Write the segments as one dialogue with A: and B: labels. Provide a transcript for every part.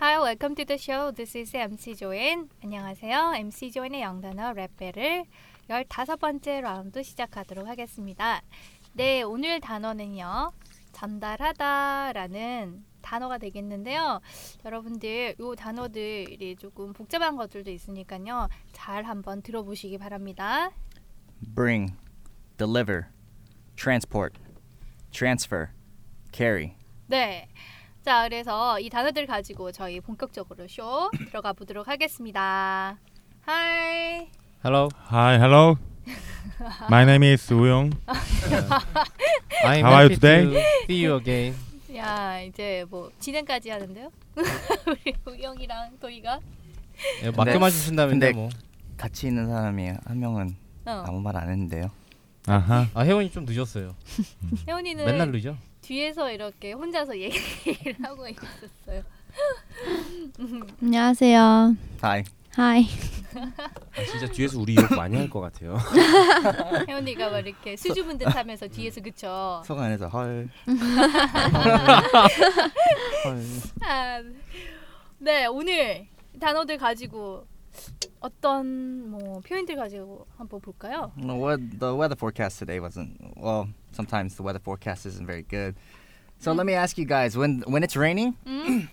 A: Welcome to the show. This is MC 조엔. 안녕하세요. MC 조엔의 영단어 랩벨을 15번째 라운드 시작하도록 하겠습니다. 네, 오늘 단어는요. 전달하다라는 단어가 되겠는데요. 여러분들 이 단어들이 조금 복잡한 것들도 있으니까요. 잘 한번 들어보시기 바랍니다.
B: bring, deliver, transport, transfer, carry.
A: 네. 자, 그래서 이 단어들 가지고 저희 본격적으로 쇼 들어가 보도록 하겠습니다. 하이.
C: Hello,
D: Hi, hello. My name is Woo Young.
C: I'm
D: How are you
C: happy to
D: today?
C: see you again.
A: 야 이제 뭐 진행까지 하는데요? 우리 우영이랑 도희가 어,
B: 네.
C: 예, 맡겨만 주신다면
B: 근데-
C: 뭐.
B: 같이 있는 사람이 한 명은
A: 어.
B: 아무 말 안 했는데요.
D: 아하.
C: 아 혜원이 좀 늦었어요.
A: 혜원이는
C: 맨날 늦죠.
A: 뒤에서 이렇게 혼자서 얘기를 하고 있었어요.
E: 안녕하세요.
B: Hi.
E: 하이.
F: 아, 진짜 뒤에서 우리 욕 많이 할 것 같아요.
A: 혜원이가 막 이렇게 수줍은 듯하면서 뒤에서 그쵸?
B: 속 안에서 헐. 헐.
A: 아, 네 오늘 단어들 가지고 어떤 뭐 표현들 가지고 한번 볼까요?
B: The wea- The weather forecast today wasn't well. Sometimes the weather forecast isn't very good. So let me ask you guys: when when it's raining,
A: 음?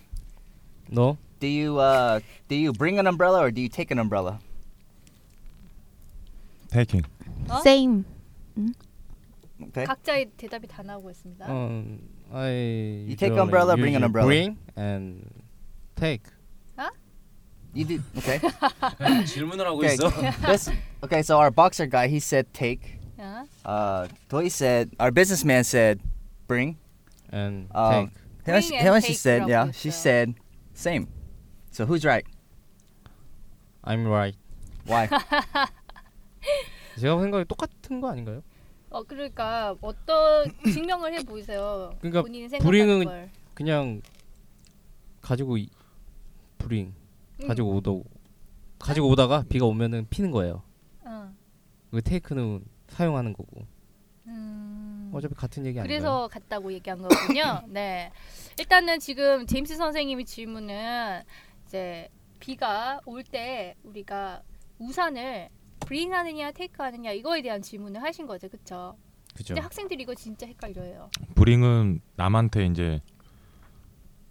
C: 너
B: do you uh, do you bring an umbrella or do you take an umbrella?
D: Taking.
A: 어?
E: Same.
C: 네.
B: Okay.
A: 각자의 대답이 다 나오고 있습니다.
C: um, I
B: You take
C: usually-
B: umbrella, bring an
C: usually
B: umbrella.
C: Bring and take.
B: You do.
C: 네.
B: Okay.
F: 질문을 하고
B: Okay.
F: 있어.
B: this, okay. So our boxer guy, he said take.
A: 아,
B: Uh, Toy said our businessman said bring.
C: and
B: Um,
C: take.
B: Helen,
A: Bring and
B: Helen she
A: take
B: said,
A: from
B: yeah,
A: yourself.
B: she said, same. So who's right?
C: I'm right.
B: Why?
C: 제가 생각에 똑같은 거 아닌가요?
A: 어 그러니까 어떤 증명을 해 보이세요.
C: 그러니까
A: 본인이
C: 불행은-
A: 생각하는 걸.
C: 그냥 가지고 이, bring
A: 음.
C: 가지고 오다 가지고 오다가 비가 오면은 피는 거예요.
A: 어.
C: 그 take는 사용하는 거고.
A: 음.
C: 어차피 같은 얘기 아닌가요?
A: 그래서 갔다고 얘기한 거군요. 네. 일단은 지금 제임스 선생님이 질문은 이제 비가 올 때 우리가 우산을 브링하느냐 테이크하느냐 이거에 대한 질문을 하신 거죠, 그렇죠?
C: 그죠.
A: 근데 학생들이 이거 진짜 헷갈려요.
D: 브링은 남한테 이제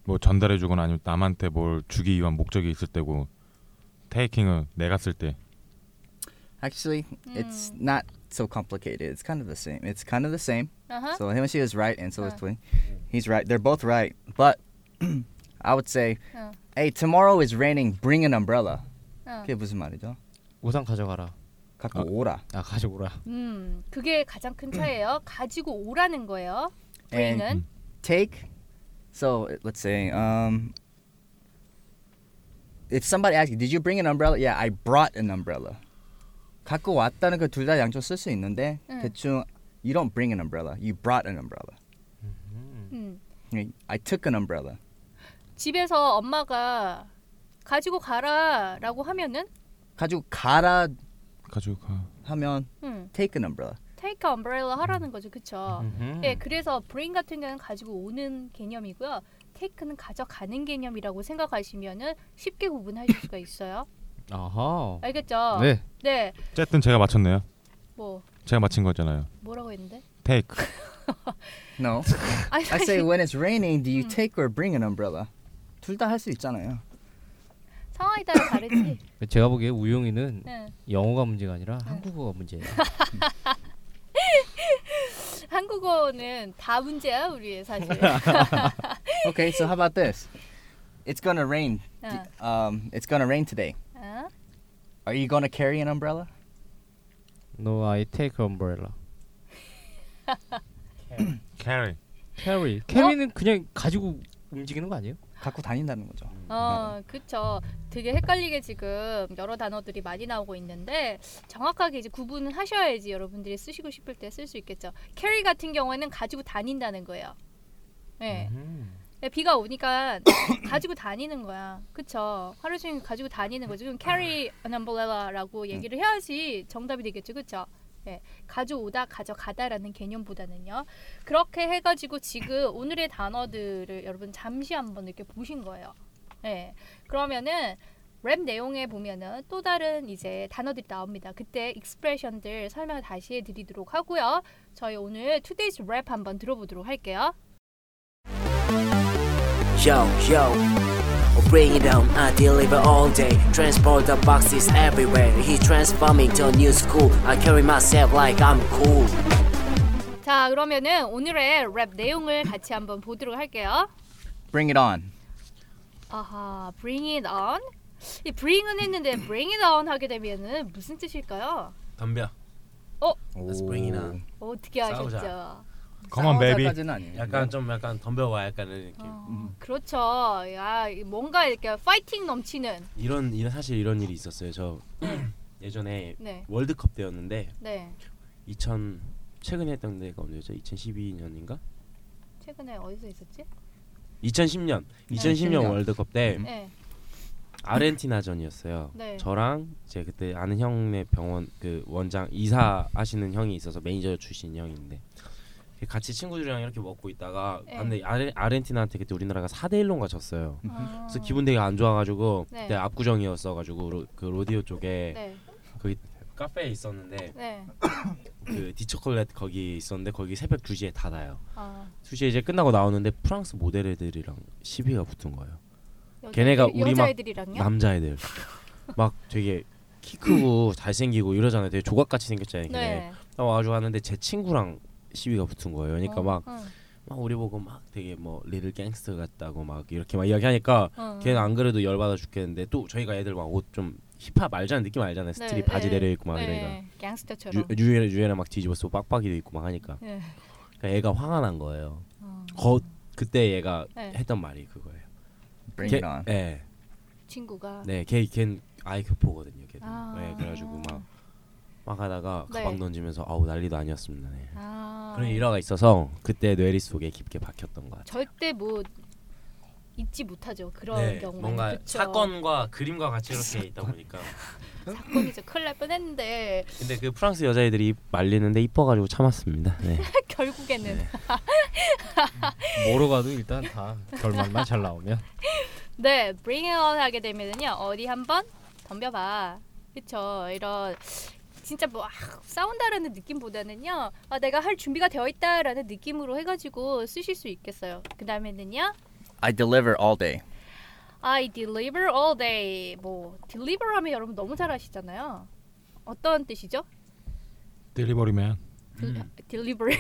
D: 뭐 전달해 주거나 아니면 남한테 뭘 주기 위한 목적이 있을 때고 테이킹은 내가 쓸 때.
B: Actually, it's
A: Mm.
B: not so complicated. It's kind of the same. It's kind of the same.
A: 아하.
B: So Helen she is right, and so is
A: Huh.
B: Twin. He's right. They're both right. But I would say,
A: Huh.
B: hey, tomorrow is raining. Bring an umbrella.
A: 어.
B: 그게 무슨 말이죠?
C: 우산 가져가라.
B: 갖고
D: 아.
B: 오라.
C: 아 가지고 오라.
A: 음, 그게 가장 큰 차예요. 가지고 오라는 거예요.
B: And-
A: 브링은
B: Take. So let's say, um, if somebody asks, you, did you bring an umbrella? Yeah, I brought an umbrella. 갖고 왔다는 거 둘 다 양쪽 쓸 수 있는데
A: 응.
B: 대충 you don't bring an umbrella, you brought an umbrella.
A: 음.
B: I took an umbrella.
A: 집에서 엄마가 가지고 가라라고 하면은
B: 가지고 가라
D: 가지고 가.
B: 하면
A: 음,
B: take an umbrella.
A: 테이크 엄브렐라 하라는 거죠, 그렇죠?
C: 음흠.
A: 네, 그래서 브레인 같은 경우는 가지고 오는 개념이고요. 테이크는 가져가는 개념이라고 생각하시면은 쉽게 구분하실 수가 있어요.
C: 아하.
A: 알겠죠?
C: 네.
A: 네,
D: 어쨌든 제가 맞췄네요.
A: 뭐
D: 제가 맞힌 거잖아요.
A: 뭐라고 했는데?
D: 테이크.
B: No.
A: 아니,
B: I say
A: 아니,
B: when it's raining, do you
A: 음.
B: take or bring an umbrella? 둘 다 할 수 있잖아요.
A: 상황에 따라 다르지.
C: 제가 보기에 우용이는
A: 네.
C: 영어가 문제가 아니라 한국어가 문제예요.
A: 한국어는 다 문제야 우리 사실.
B: Okay, so how about this? It's gonna rain.
A: 어,
B: Um, it's gonna rain today.
A: 어?
B: Are you gonna carry an umbrella?
C: No, I take umbrella.
D: 캐리.
C: Carry. Carry는 뭐? 그냥 가지고 움직이는 거 아니에요?
B: 갖고 다닌다는 거죠.
A: 어, 그쵸. 되게 헷갈리게 지금 여러 단어들이 많이 나오고 있는데 정확하게 이제 구분을 하셔야지 여러분들이 쓰시고 싶을 때 쓸 수 있겠죠. 캐리 같은 경우에는 가지고 다닌다는 거예요. 네. 네, 비가 오니까 가지고 다니는 거야. 그쵸. 하루 종일 가지고 다니는 거죠. 그럼 carry an umbrella라고 얘기를 해야지 정답이 되겠죠. 그쵸. 예, 가져오다, 가져가다라는 개념보다는요. 그렇게 해가지고 지금 오늘의 단어들을 여러분 잠시 한번 이렇게 보신 거예요. 네. 그러면은 랩 내용에 보면은 또 다른 이제 단어들이 나옵니다. 그때 익스프레션들 설명을 다시 해드리도록 하고요. 저희 오늘 투데이즈 랩 한번 들어보도록 할게요.
E: Yo, yo. Bring it on, I deliver all day. Transport the boxes everywhere. He transforming to a new school. I carry myself like I'm cool.
A: 자, 그러면은 오늘의 랩 내용을 같이 한번 보도록 할게요.
B: Bring it on.
A: 아하, bring it on. 이 bring은 했는데 bring it on 하게 되면은 무슨 뜻일까요?
F: 담배. Let's bring it on.
A: 어떻게
F: 싸우자.
A: 하셨죠?
D: Come on, baby.
F: 약간 좀 약간 덤벼와 약간 이런 느낌.
A: 어, 그렇죠. 야, 이 뭔가 이렇게 파이팅 넘치는.
F: 이런 이런 사실 이런 일이 있었어요. 저 예전에
A: 네,
F: 월드컵 때였는데
A: 네.
F: 2000 최근에 했던 데가 언제죠? 2012년인가?
A: 최근에 어디서 있었지?
F: 2010년
B: 2010 년.
F: 2010년 월드컵 때
A: 네,
F: 아르헨티나전이었어요.
A: 네.
F: 저랑 이제 그때 아는 형네 병원 그 원장 이사 하시는 형이 있어서 매니저 출신 형인데 같이 친구들이랑 이렇게 먹고 있다가
A: 네.
F: 아, 근데 아르, 아르헨티나한테 그때 우리나라가 4대 1로가 졌어요.
A: 아,
F: 그래서 기분 되게 안 좋아가지고
A: 네.
F: 그때 압구정이었어 가지고 로, 그 로디오 쪽에
A: 네,
F: 거기 카페에 있었는데
A: 네.
F: 그 디초콜렛 거기 있었는데 거기 새벽 2시에 닫아요.
A: 아,
F: 2시에 이제 끝나고 나오는데 프랑스 모델애들이랑 시비가 붙은 거예요.
A: 여-
F: 걔네가
A: 여-
F: 우리 막
A: 여자애들이랑요?
F: 남자애들 막 되게 키 크고 잘생기고 이러잖아요. 되게 조각같이 생겼잖아요. 걔네.
A: 음. 네.
F: 나 와주 하는데 제 친구랑 시비가 붙은 거예요. 그러니까
A: 어,
F: 막,
A: 응,
F: 막 우리 보고 막 되게 뭐 리들 갱스터 같다고 막 이렇게 막 이야기하니까
A: 응.
F: 걔는 안 그래도 열받아 죽겠는데 또 저희가 애들 막 옷 좀 힙합 알잖아 느낌 알잖아요. 스트릿 바지
A: 네.
F: 내려입고 막 이러니까
A: 네, 갱스터처럼.
F: 유- 유엔에 유엔에 막 뒤집어 쓰고 빡빡이도 있고 막 하니까
A: 네.
F: 그러니까 애가 화가 난 거예요.
A: 어,
F: 거 그때 얘가
A: 네.
F: 했던 말이 그거예요.
B: Bring it
F: 걔-
B: on.
F: 네,
A: 친구가.
F: 네, 걔걘 아이 교포거든요. 걔.
A: 아.
F: 네, 그래가지고 막 막 하다가
A: 네.
F: 가방 던지면서 아우 난리도 아니었습니다. 네.
A: 아,
F: 그런 일화가 있어서 그때 뇌리 속에 깊게 박혔던 것 같아요.
A: 절대 뭐 잊지 못하죠. 그런 경우는 그쵸?
F: 네, 사건과 그림과 같이 이렇게 있다 보니까.
A: 사건이죠. 큰일 날 뻔했는데
F: 근데 그 프랑스 여자애들이 말리는데 이뻐가지고 참았습니다. 네.
A: 결국에는 네.
C: 뭐로 가도 일단 다 결말만 잘 나오면
A: 네, bring it on 하게 되면은요 어디 한번 덤벼봐. 그쵸 이런 진짜 뭐 아, 싸운다라는 느낌보다는요 아, 내가 할 준비가 되어 있다라는 느낌으로 해가지고 쓰실 수 있겠어요. 그 다음에는요
B: I deliver all day.
A: I deliver all day. 뭐 deliver 하면 여러분 너무 잘 아시잖아요. 어떤 뜻이죠?
D: 딜리버리맨.
A: 딜- delivery.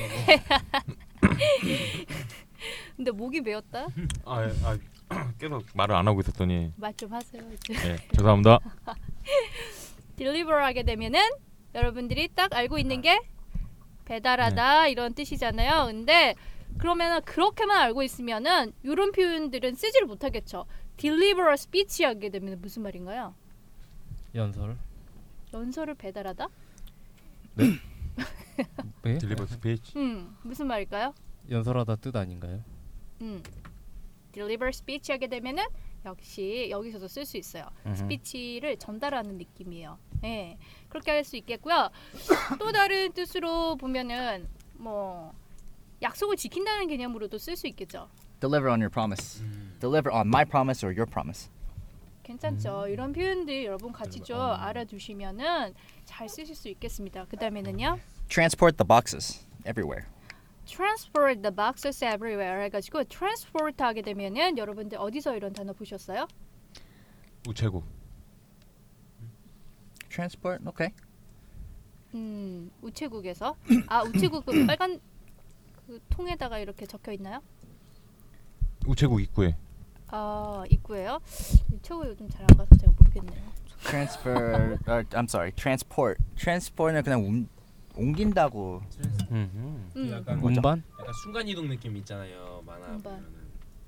A: 근데 목이 메었다.
D: 아, 아 계속 말을 안 하고 있었더니
A: 말 좀 하세요. 이제.
D: 예, 죄송합니다.
A: deliver 하게 되면은 여러분들이 딱 알고 있는 게 배달하다 이런 뜻이잖아요. 근데 그러면은 그렇게만 알고 있으면은 이런 표현들은 쓰지를 못하겠죠. deliver a speech 하게 되면 무슨 말인가요?
C: 연설.
A: 연설을 배달하다?
C: 네?
D: 딜리버 스피치.
A: 음 무슨 말일까요?
C: 연설하다 뜻 아닌가요?
A: 음. deliver speech 하게 되면은 역시 여기서도 쓸 수 있어요.
B: 음.
A: 스피치를 전달하는 느낌이에요. 예. 그렇게 할 수 있겠고요. 또 다른 뜻으로 보면은 뭐 약속을 지킨다는 개념으로도 쓸 수 있겠죠.
B: Deliver on your promise. Deliver on my promise or your promise.
A: 괜찮죠. 이런 표현들 여러분 같이 좀 알아두시면은 잘 쓰실 수 있겠습니다. 그다음에는요.
B: Transport the boxes everywhere.
A: transport the boxes everywhere 해 가지고 transport 하게 되면은 여러분들 어디서 이런 단어 보셨어요?
D: 우체국.
B: Transport, okay.
A: 음, 우체국에서 아, 우체국 그 빨간 그 통에다가 이렇게 적혀 있나요?
D: 우체국 입구에.
A: 아 입구예요? 유튜브 요즘 잘 안 가서 제가 모르겠네요.
B: Transfer. uh, I'm sorry. Transport. Transport는 그냥 움, 옮긴다고.
A: 음. 네.
F: 약간 뭐,
C: 운반?
F: 약간 순간 이동 느낌 있잖아요. 만화
A: 금방.
F: 보면은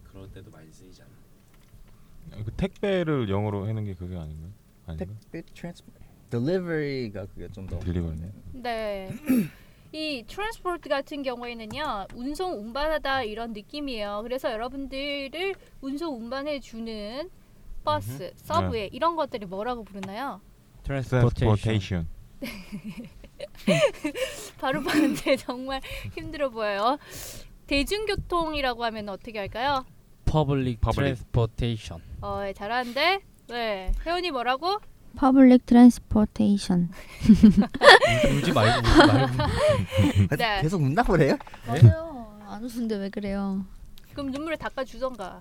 F: 그럴 때도 많이 쓰이지 않아요.
D: 그 택배를 영어로 하는 게 그게 아닌가요? 아닌가?
B: 택배 transport. Delivery가 그게 좀더
D: Delivery.
A: 네. 이 트랜스포트 같은 경우에는요 운송 운반하다 이런 느낌이에요. 그래서 여러분들을 운송 운반해 주는 버스, 서브웨이 이런 것들이 뭐라고 부르나요?
D: Transportation.
A: 바로 봤는데 정말 힘들어 보여요. 대중교통이라고 하면 어떻게 할까요?
C: public,
D: Public.
C: transportation.
A: 어, 예, 잘하는데. 네. 혜원이 뭐라고?
G: Public transportation.
C: 울- 울지 말고 울지 말고.
A: 네.
B: 계속 웃나 보네요.
G: 맞아요. 안 웃는데 왜 그래요?
A: 그럼 눈물을 닦아 주던가.
G: 아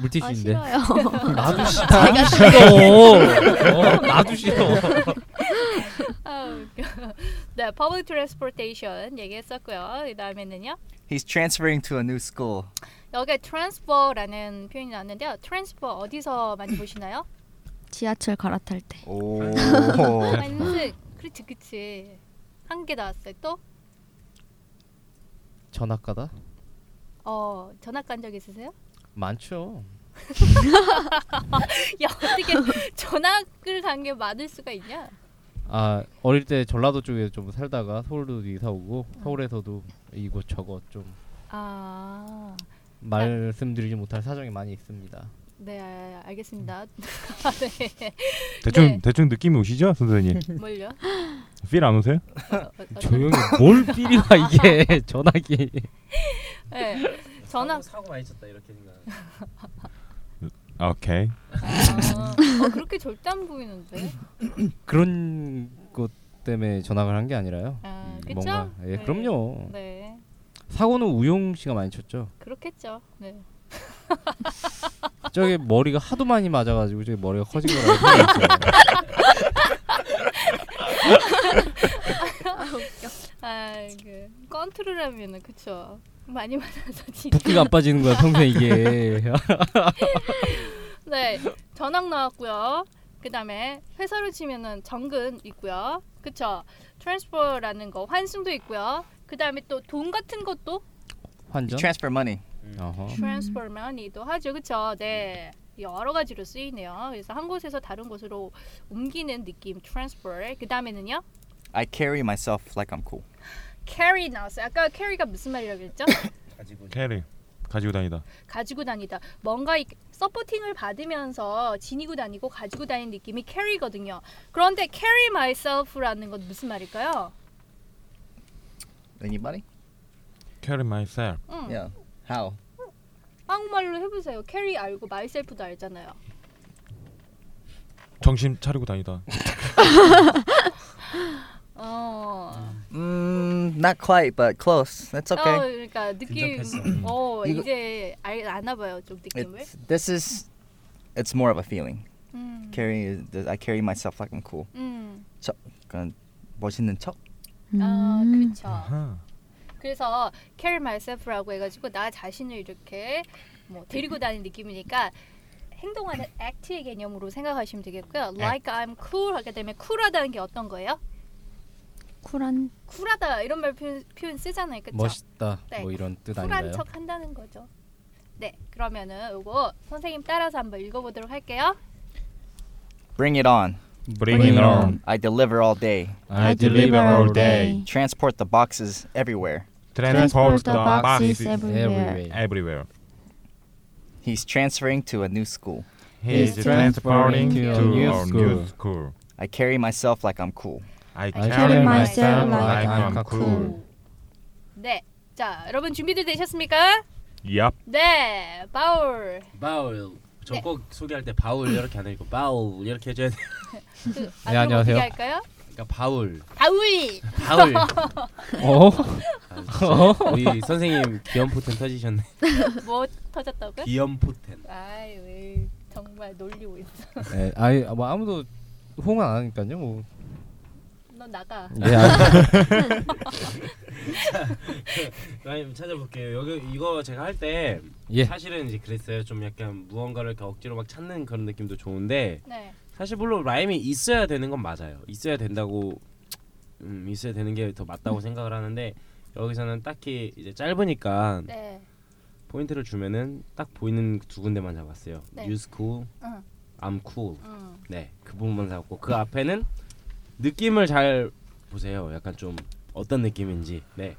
C: 물티슈인데.
G: 싫어요.
C: 나도 싫어. 나도 싫어. 어,
A: 네.
C: 나도 싫어.
A: 아, 웃겨. 네, public transportation 얘기했었고요. 그 다음에는요.
B: He's transferring to a new school.
A: 여기에 transfer라는 표현이 나왔는데요. transfer 어디서 많이 보시나요?
G: 지하철 갈아탈 때.
B: 오.
A: 한승. 그렇지, 그렇지. 한 개 나왔어요. 또?
C: 전학가다?
A: 어, 전학 간 적 있으세요?
C: 많죠.
A: 야, 어떻게 전학을 간 게 많을 수가 있냐?
C: 아 어릴 때 전라도 쪽에 좀 살다가 서울도 이사 오고 서울에서도 이곳 저곳 좀
A: 아.
C: 말씀드리지 못할 사정이 많이 있습니다.
A: 네, 알겠습니다.
D: 대충
A: 네.
D: 대충 느낌이 오시죠, 선생님?
A: 뭘요?
D: 필 안 오세요?
A: 어, 어, 어떤-
C: 뭘 삐리와 이게 전화기.
A: 네. 전학
F: 사고 많이 쳤다 이렇게 생각.
D: 오케이.
A: 아, 어, 그렇게 절대 안 보이는데.
C: 그런 것 때문에 전학을 한 게 아니라요.
A: 아,
F: 음,
A: 그쵸?
C: 뭔가 예
A: 네.
C: 그럼요.
A: 네.
C: 사고는 우용 씨가 많이 쳤죠.
A: 그렇겠죠. 네.
C: 저게 머리가 하도 많이 맞아가지고 저기 머리가 커진 거라고 생각했어요.
A: 아, 그 컨트롤 하면은 그쵸. 많이 만나서 진짜.
C: 붓기가 안 빠지는 거야 평생 이게.
A: 네. 전학 나왔고요. 그다음에 회사로 치면은 정근 있고요. 그쵸? 트랜스퍼라는 거 환승도 있고요. 그다음에 또 돈 같은 것도
C: 환전.
B: transfer money.
C: 어허.
A: 트랜스퍼 머니도 하죠. 그쵸? 네. 여러 가지로 쓰이네요. 그래서 한 곳에서 다른 곳으로 옮기는 느낌 트랜스퍼. 그다음에는요.
B: I carry myself like I'm cool.
A: 캐리 나왔어요. 아까 캐리가 무슨 말이라고 그랬죠?
D: 캐리 가지고 다니다.
A: 가지고 다니다. 뭔가 이 서포팅을 받으면서 지니고 다니고 가지고 다니는 느낌이 캐리거든요. 그런데 carry myself라는 건 무슨 말일까요?
B: Anybody?
D: 캐리 myself.
A: 음,
B: Yeah. How?
A: 한국말로 해보세요. carry 알고 myself도 알잖아요.
D: 정신 차리고 다니다.
A: 어,
B: Mm, not quite, but close. That's
A: 어
B: okay.
A: 그러니까 느낌,
F: 근접했어.
A: 어
B: 이거-
A: 이제 알, 아나봐요 좀 느낌을.
B: It's, this is. It's more of a feeling.
A: 음,
B: Carry. I carry myself like I'm cool.
A: 음,
B: 약간 멋있는 척.
A: 아
G: 음.
A: 그렇죠.
D: 아하.
A: 그래서 carry myself라고 해가지고 나 자신을 이렇게 뭐
C: 네.
A: 데리고 다니는 느낌이니까 행동하는 act의 개념으로 생각하시면 되겠고요.
C: 네.
A: Like I'm cool 하게 되면 쿨하다는 게 어떤 거예요?
G: 쿨한
A: 쿨하다 이런 말 표현, 표현 쓰잖아요. 그쵸?
C: 멋있다.
A: 네.
C: 뭐 이런 뜻
A: 쿨한
C: 아닌가요?
A: 척 한다는 거죠. 네, 그러면은 이거 선생님 따라서 한번 읽어보도록 할게요.
B: Bring it on.
G: Bring it on.
B: I deliver all day.
G: I deliver all day.
B: Transport the boxes everywhere.
G: 네, Transport the boxes everywhere.
D: everywhere.
B: He's transferring to a new school.
G: He's transporting
C: to a new
D: our
C: school.
D: school.
B: I carry myself like I'm cool.
D: I
C: carry
G: carry myself like
C: I'm cool.
A: 네, 자 여러분 준비들 되셨습니까?
D: Yup.
A: 네, 바울.
F: 바울.
A: 네.
F: 저꼭 소개할 때 바울 이렇게 안 읽고 바울 이렇게 해줘야 돼.
A: 그,
C: 네,
A: 아들
C: 안녕하세요.
A: 어떻게 할까요?
F: 그러니까 바울.
A: 바울.
F: 바울.
C: 어?
F: 아, 진짜 우리 선생님 기염포텐 터지셨네.
A: 뭐 터졌다고요?
F: 기염포텐.
A: 아이 왜 정말 놀리고 있어.
C: 네, 아니 뭐 아무도 호응 안 하니까요. 뭐.
A: 넌 나가.
C: 예, 아,
F: 선생님 찾아볼게요. 여기 이거 제가 할 때
C: 예.
F: 사실은 이제 그랬어요. 좀 약간 무언가를 이렇게 억지로 막 찾는 그런 느낌도 좋은데
A: 네.
F: 사실 물론 라임이 있어야 되는 건 맞아요. 있어야 된다고 음, 있어야 되는 게 더 맞다고 생각을 하는데 여기서는 딱히 이제 짧으니까
A: 네.
F: 포인트를 주면은 딱 보이는 두 군데만 잡았어요.
A: 네.
F: You s cool,
A: 응.
F: I'm cool.
A: 음.
F: 네, 그 부분만 잡고 그 앞에는 느낌을 잘 보세요. 약간 좀 어떤 느낌인지. 네,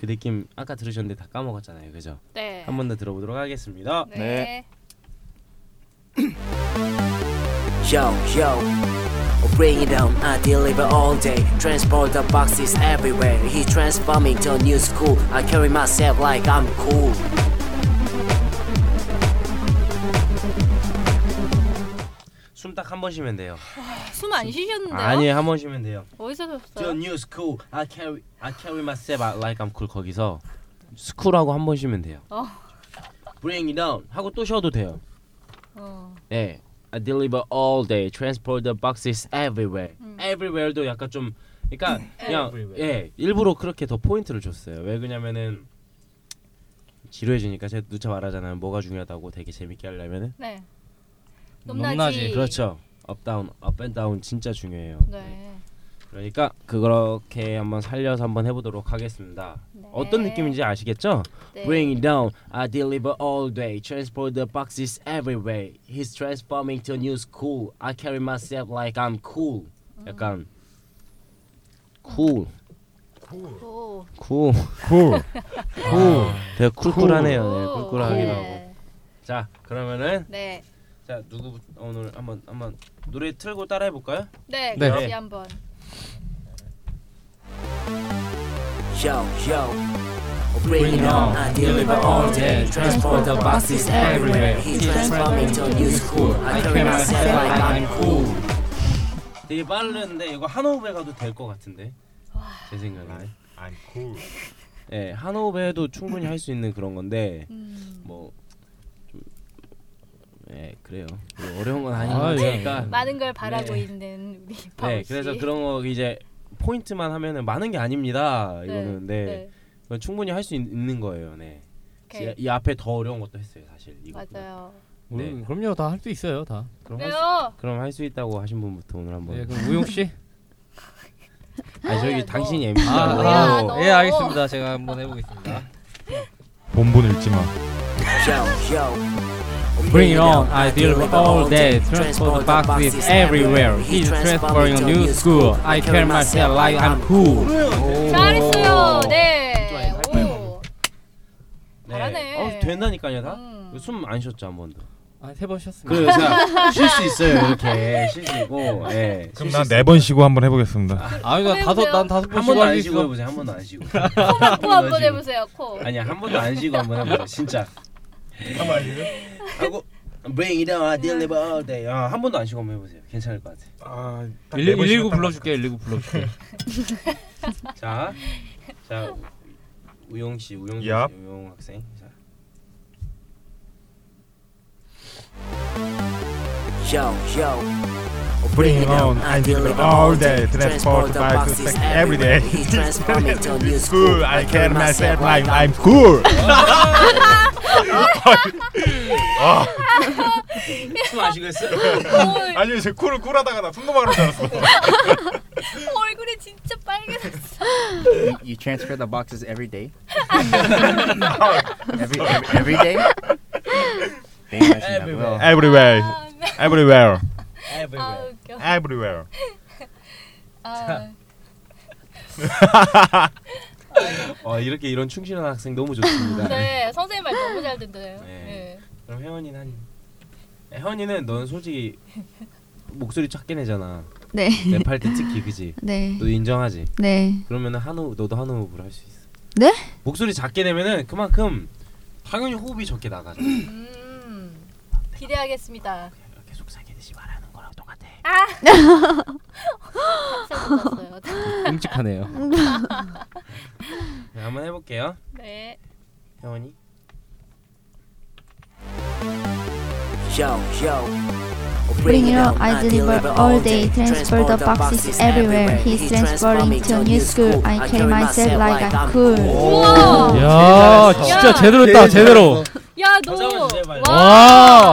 F: 그 느낌 아까 들으셨는데 다 까먹었잖아요, 그죠?
A: 네.
F: 한 번 더 들어보도록 하겠습니다.
A: 네.
B: 네.
E: Yo, yo. Bring it on, I deliver all day. Transport the boxes everywhere. He transforming to a new school. I carry myself like I'm cool.
F: 숨 딱 한 번 쉬면 돼요.
A: 숨 안 쉬셨는데요?
F: 아니에요 한 번 쉬면 돼요.
A: 어디서
F: The
A: 셨어요
F: new school, I carry, I carry myself out like I'm cool 거기서 스쿨하고 한 번 쉬면 돼요.
A: 어.
F: Bring it on 하고 또 쉬어도 돼요.
A: 어.
F: 네. I deliver all day, transport the boxes everywhere.
A: 음.
F: Everywhere도 약간 좀 그러니까 그냥 예 일부러 그렇게 더 포인트를 줬어요. 왜 그냐면은 지루해지니까 제가 누차 말하잖아요. 뭐가 중요하다고 되게 재밌게 하려면은
A: 네.
C: 넘나지.
A: 넘나지.
F: 그렇죠. 업다운, 업앤다운 진짜 중요해요.
A: 네.
F: 그러니까 그렇게 한번 살려서 한번 해보도록 하겠습니다.
A: 네.
F: 어떤 느낌인지 아시겠죠?
A: 네.
F: Bring it down. I deliver all day. Transport the boxes everywhere. He's transforming to new school. I carry myself like I'm cool. 약간 cool,
A: 오.
F: cool,
D: 쿨.
F: cool. 되게 쿨쿨하네요. 네,
A: 오.
F: 쿨쿨하기도 하고.
A: 네.
F: 자, 그러면은
A: 네.
F: 자 누구 오늘 한번 한번 노래 틀고 따라해 볼까요?
A: 네.
C: 네.
A: 다시 한번.
E: Yo, yo. Bring it on, I deliver all day. Transport the boxes everywhere. He transformed into a new school. I carry myself like I'm cool.
C: 음,
F: 되게 빠르는데 이거 한호흡에 가도 될 것 같은데 제 생각에
D: I'm cool.
F: 예 한호흡에 해도 충분히 할 수 있는 그런 건데
A: 음.
F: 뭐좀예 예, 그래요 이거 어려운 건 아닌
C: 아,
F: 거
C: 예.
F: 같으니까
A: 많은 걸 바라고
F: 네.
A: 있는 우리 바우
F: 네
A: 씨.
F: 그래서 그런 거 이제 포인트만 하면은 많은 게 아닙니다 이거는 네, 그건 충분히 할 수 있는 거예요 네.
A: 오케이.
F: 이, 이 앞에 더 어려운 것도 했어요 사실 이거
A: 맞아요. 네.
F: 네.
C: 음, 그럼요 다 할 수 있어요 다.
F: 그럼 할 수,
A: 그래요.
F: 그럼 할 수 있다고 하신 분부터 오늘 한번
C: 네, 그럼 우용 씨.
F: 아 어.
A: 뭐야,
F: 저기
A: 너.
F: 당신이 MC
C: 아,
A: 뭐야,
C: 아,
A: 너.
C: 예 알겠습니다. 제가 한번 해보겠습니다.
D: 본분 읽지 마.
E: Yo, yo.
C: Bring it on, I deliver all day, transport the boxes everywhere. He's transferring a new school. I carry myself like I'm cool.
A: 잘했어요. 네. 오.
F: 네.
A: 잘하네.
F: 어, 된다니까요 다
A: 음.
F: 숨 안 쉬었죠 한 번도
C: 아, 세번 쉬었습니다.
F: 그래요. 제가 쉴수 있어요. 이렇게 쉴 수 있고. 예.
D: 그럼 난 네 번 쉬고 한번 해보겠습니다.
C: 아, 이거
A: 한번
C: 다섯
A: 해보세요.
C: 난 다섯 번
F: 한
C: 쉬고
F: 번도
C: 할수
F: 안 쉬고
C: 있어.
F: 해보세요. 한 번도 안 쉬고. 네.
A: 코 한번 해보세요. 코.
F: 아니야 한 번도 안 쉬고 한번 해보세요. 진짜. 하고 bring it on, I deliver all day. 아, 한 번도 안 쉬고 한번 해보세요. 괜찮을 것 같아.
C: 119 119 불러줄게. 119 불러줄게.
F: 자, 자 우- 우용 씨, 우용 씨,
D: Yup.
F: 우용 학생. 자,
E: Yo, yo.
H: Bring it on, I deliver all day. Transport the boxes every day.
E: He transformed into a new
H: Cool,
E: school.
H: I carry myself like I'm cool.
F: 숨 아시겠어?
A: 오,
H: 아니 제 쿨을 쿨하다가 나 순금하러 알았어.
A: 얼굴이 진짜 빨개졌어.
B: You, you transfer the boxes every day? every, every, every day? They mentioned that. Well,
H: Everywhere,
A: 아,
H: everywhere,
A: 아
C: 네.
F: Everywhere.
A: 웃겨.
H: everywhere.
A: 아,
F: 어 이렇게 이런 충실한 학생 너무 좋습니다.
A: 네 선생님 말 너무 잘 듣네요. 네.
F: 네. 그럼 혜원이는 한. 혜원이는 넌 솔직히 목소리 작게 내잖아.
G: 네.
F: 랩할 때 특히 그지.
G: 네.
F: 너 인정하지?
G: 네.
F: 그러면은 한호흡 너도 한호흡을 할 수 있어.
G: 네?
F: 목소리 작게 내면은 그만큼 당연히 호흡이 적게 나가죠.
A: 네. 음 기대하겠습니다.
F: 계속 사귀듯이 말하는 거랑 똑같아.
A: 아. 감사드렸어요.
C: 끔찍하네요.
F: 네, 한번 해볼게요.
A: 네.
F: 혜원이.
E: Yo, yo.
G: Bring it on, I deliver all day, transport the boxes everywhere. He's transporting to a new school. I carry myself like I'm cool.
A: 우와. 야.
C: 야, 진짜 어. 제대로 했다. 제대로.
A: 야 너.
F: 잠깐만 주세요, 빨리.
C: 와.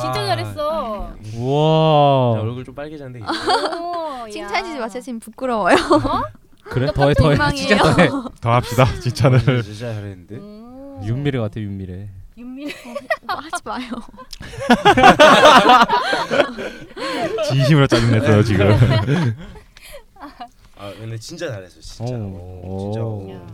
A: 진짜 잘했어. 아.
F: 자,
C: 와.
F: 얼굴 좀 빨개졌는데.
A: 오, 야.
G: 칭찬해주지 마세요. 지금 부끄러워요.
C: 그래? 더해 더해. 진짜 더해.
D: 더 합시다.
F: 오늘
A: 네.
D: 칭찬을.
F: 진짜 잘했는데.
A: 음. 오.
C: 윤미래 같아 윤미래.
A: 윤미래.
G: 뭐 하지 마요.
D: 진심으로 짜증냈어요 지금.
F: 아 근데 진짜 잘했어 진짜.
C: 오.
F: 오, 진짜.
C: 오.
F: 네,
A: 야.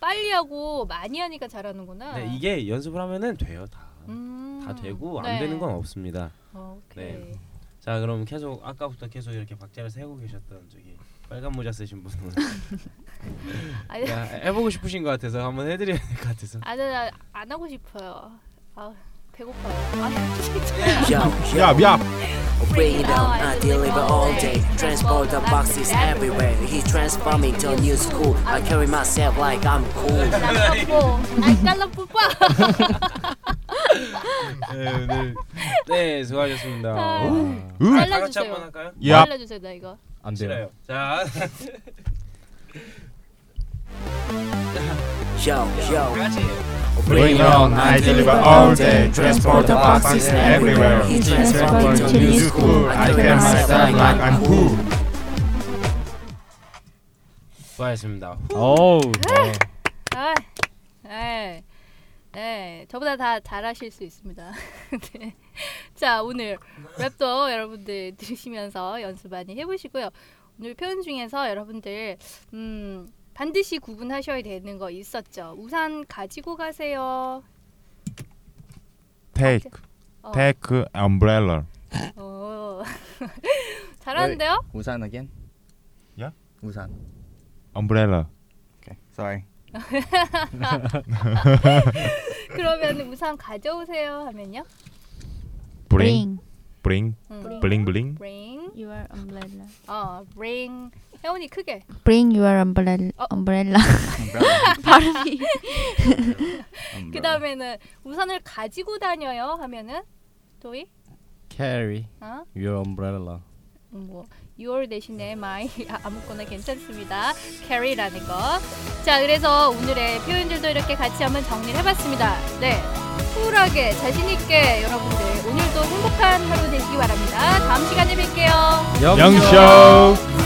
A: 빨리 하고 많이 하니까 잘하는구나.
F: 근데 네, 이게 연습을 하면은 돼요 다.
A: 음.
F: 다 되고 안
A: 네.
F: 되는 건 없습니다.
A: 어, 오케이.
F: 네. 자 그럼 계속 아까부터 계속 이렇게 박자를 세고 계셨던 저기 빨간 모자 쓰신 분은
A: 아니,
F: 야, 해보고 싶으신 것 같아서 한번 해드려야 될 것 같아서
A: 아니 나안 하고 싶어요. 아, 배고파요. 아, 진짜.
E: Yo, yo,
H: 얍, 얍.
E: bring it on, I deliver all day. Transport the boxes everywhere. He transforming to a new school. I carry myself like I'm cool.
A: 뽀뽀. 아, 깔라 뽀뽀.
F: 네, 오늘 네 수고하셨습니다. 다 같이
A: 아. 잘라주세요.
F: 한번 할까요?
H: 얍.
A: 잘라주세요, 나 이거.
B: 안
F: 싫어요. 자,
E: Yo,
F: 다
E: yo,
F: 같이
C: Bring it on, I
H: I deliver
C: deliver
H: all day, transport the boxes everywhere.
E: He
G: transform
E: transforming to a new school. I carry myself like I'm cool.
F: 수고하셨습니다.
C: 어우. 네.
A: 아, 네, 네, 저보다 다 잘하실 수 있습니다. 네. 자, 오늘 랩도 여러분들 들으시면서 연습 많이 해보시고요. 오늘 표현 중에서 여러분들 음, 반드시 구분하셔야 되는 거 있었죠. 우산 가지고 가세요.
D: Take,
A: 어,
D: take umbrella.
A: 어. 잘하는데요?
B: 우산 again?
D: Yeah?
B: 우산.
D: Umbrella.
B: Okay. Sorry.
A: 그러면 우산 가져오세요 하면요.
D: Bring,
G: Bring
D: bring,
A: 음.
D: bling bling.
A: bring,
G: your umbrella.
A: 어, bring. 혜원이 크게.
G: Bring your umbrella.
A: 어.
G: umbrella.
B: Umbrella.
G: 발음이.
A: 그
B: Umbrella.
A: 다음에는 우산을 가지고 다녀요 하면은 도희
C: Carry
A: 어?
C: your umbrella.
A: 뭐 your 대신에 my 아, 아무거나 괜찮습니다 carry라는 거자 그래서 오늘의 표현들도 이렇게 같이 한번 정리를 해봤습니다 네 쿨하게 자신 있게 여러분들 오늘도 행복한 하루 되시기 바랍니다 다음 시간에 뵐게요
C: 영쇼.
D: 영쇼.
E: We